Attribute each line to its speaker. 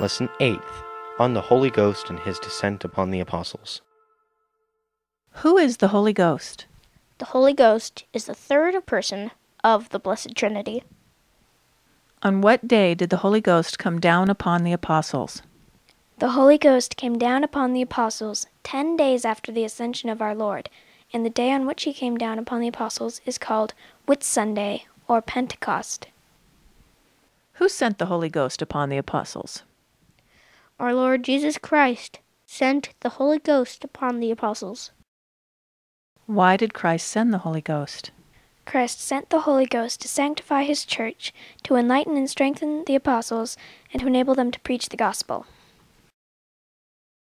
Speaker 1: Lesson 8th On the Holy Ghost and His Descent upon the Apostles.
Speaker 2: Who is the Holy Ghost?
Speaker 3: The Holy Ghost is the third person of the Blessed Trinity
Speaker 2: On what day did the Holy Ghost come down upon the apostles?
Speaker 4: The Holy Ghost came down upon the apostles ten days after the ascension of our Lord, and the day on which he came down upon the apostles is called Whitsunday or Pentecost.
Speaker 2: Who sent the Holy Ghost upon the apostles?
Speaker 3: Our Lord Jesus Christ sent the Holy Ghost upon the apostles
Speaker 2: Why did Christ send the Holy Ghost?
Speaker 4: Christ sent the Holy Ghost to sanctify his church, to enlighten and strengthen the apostles, and to enable them to preach the gospel.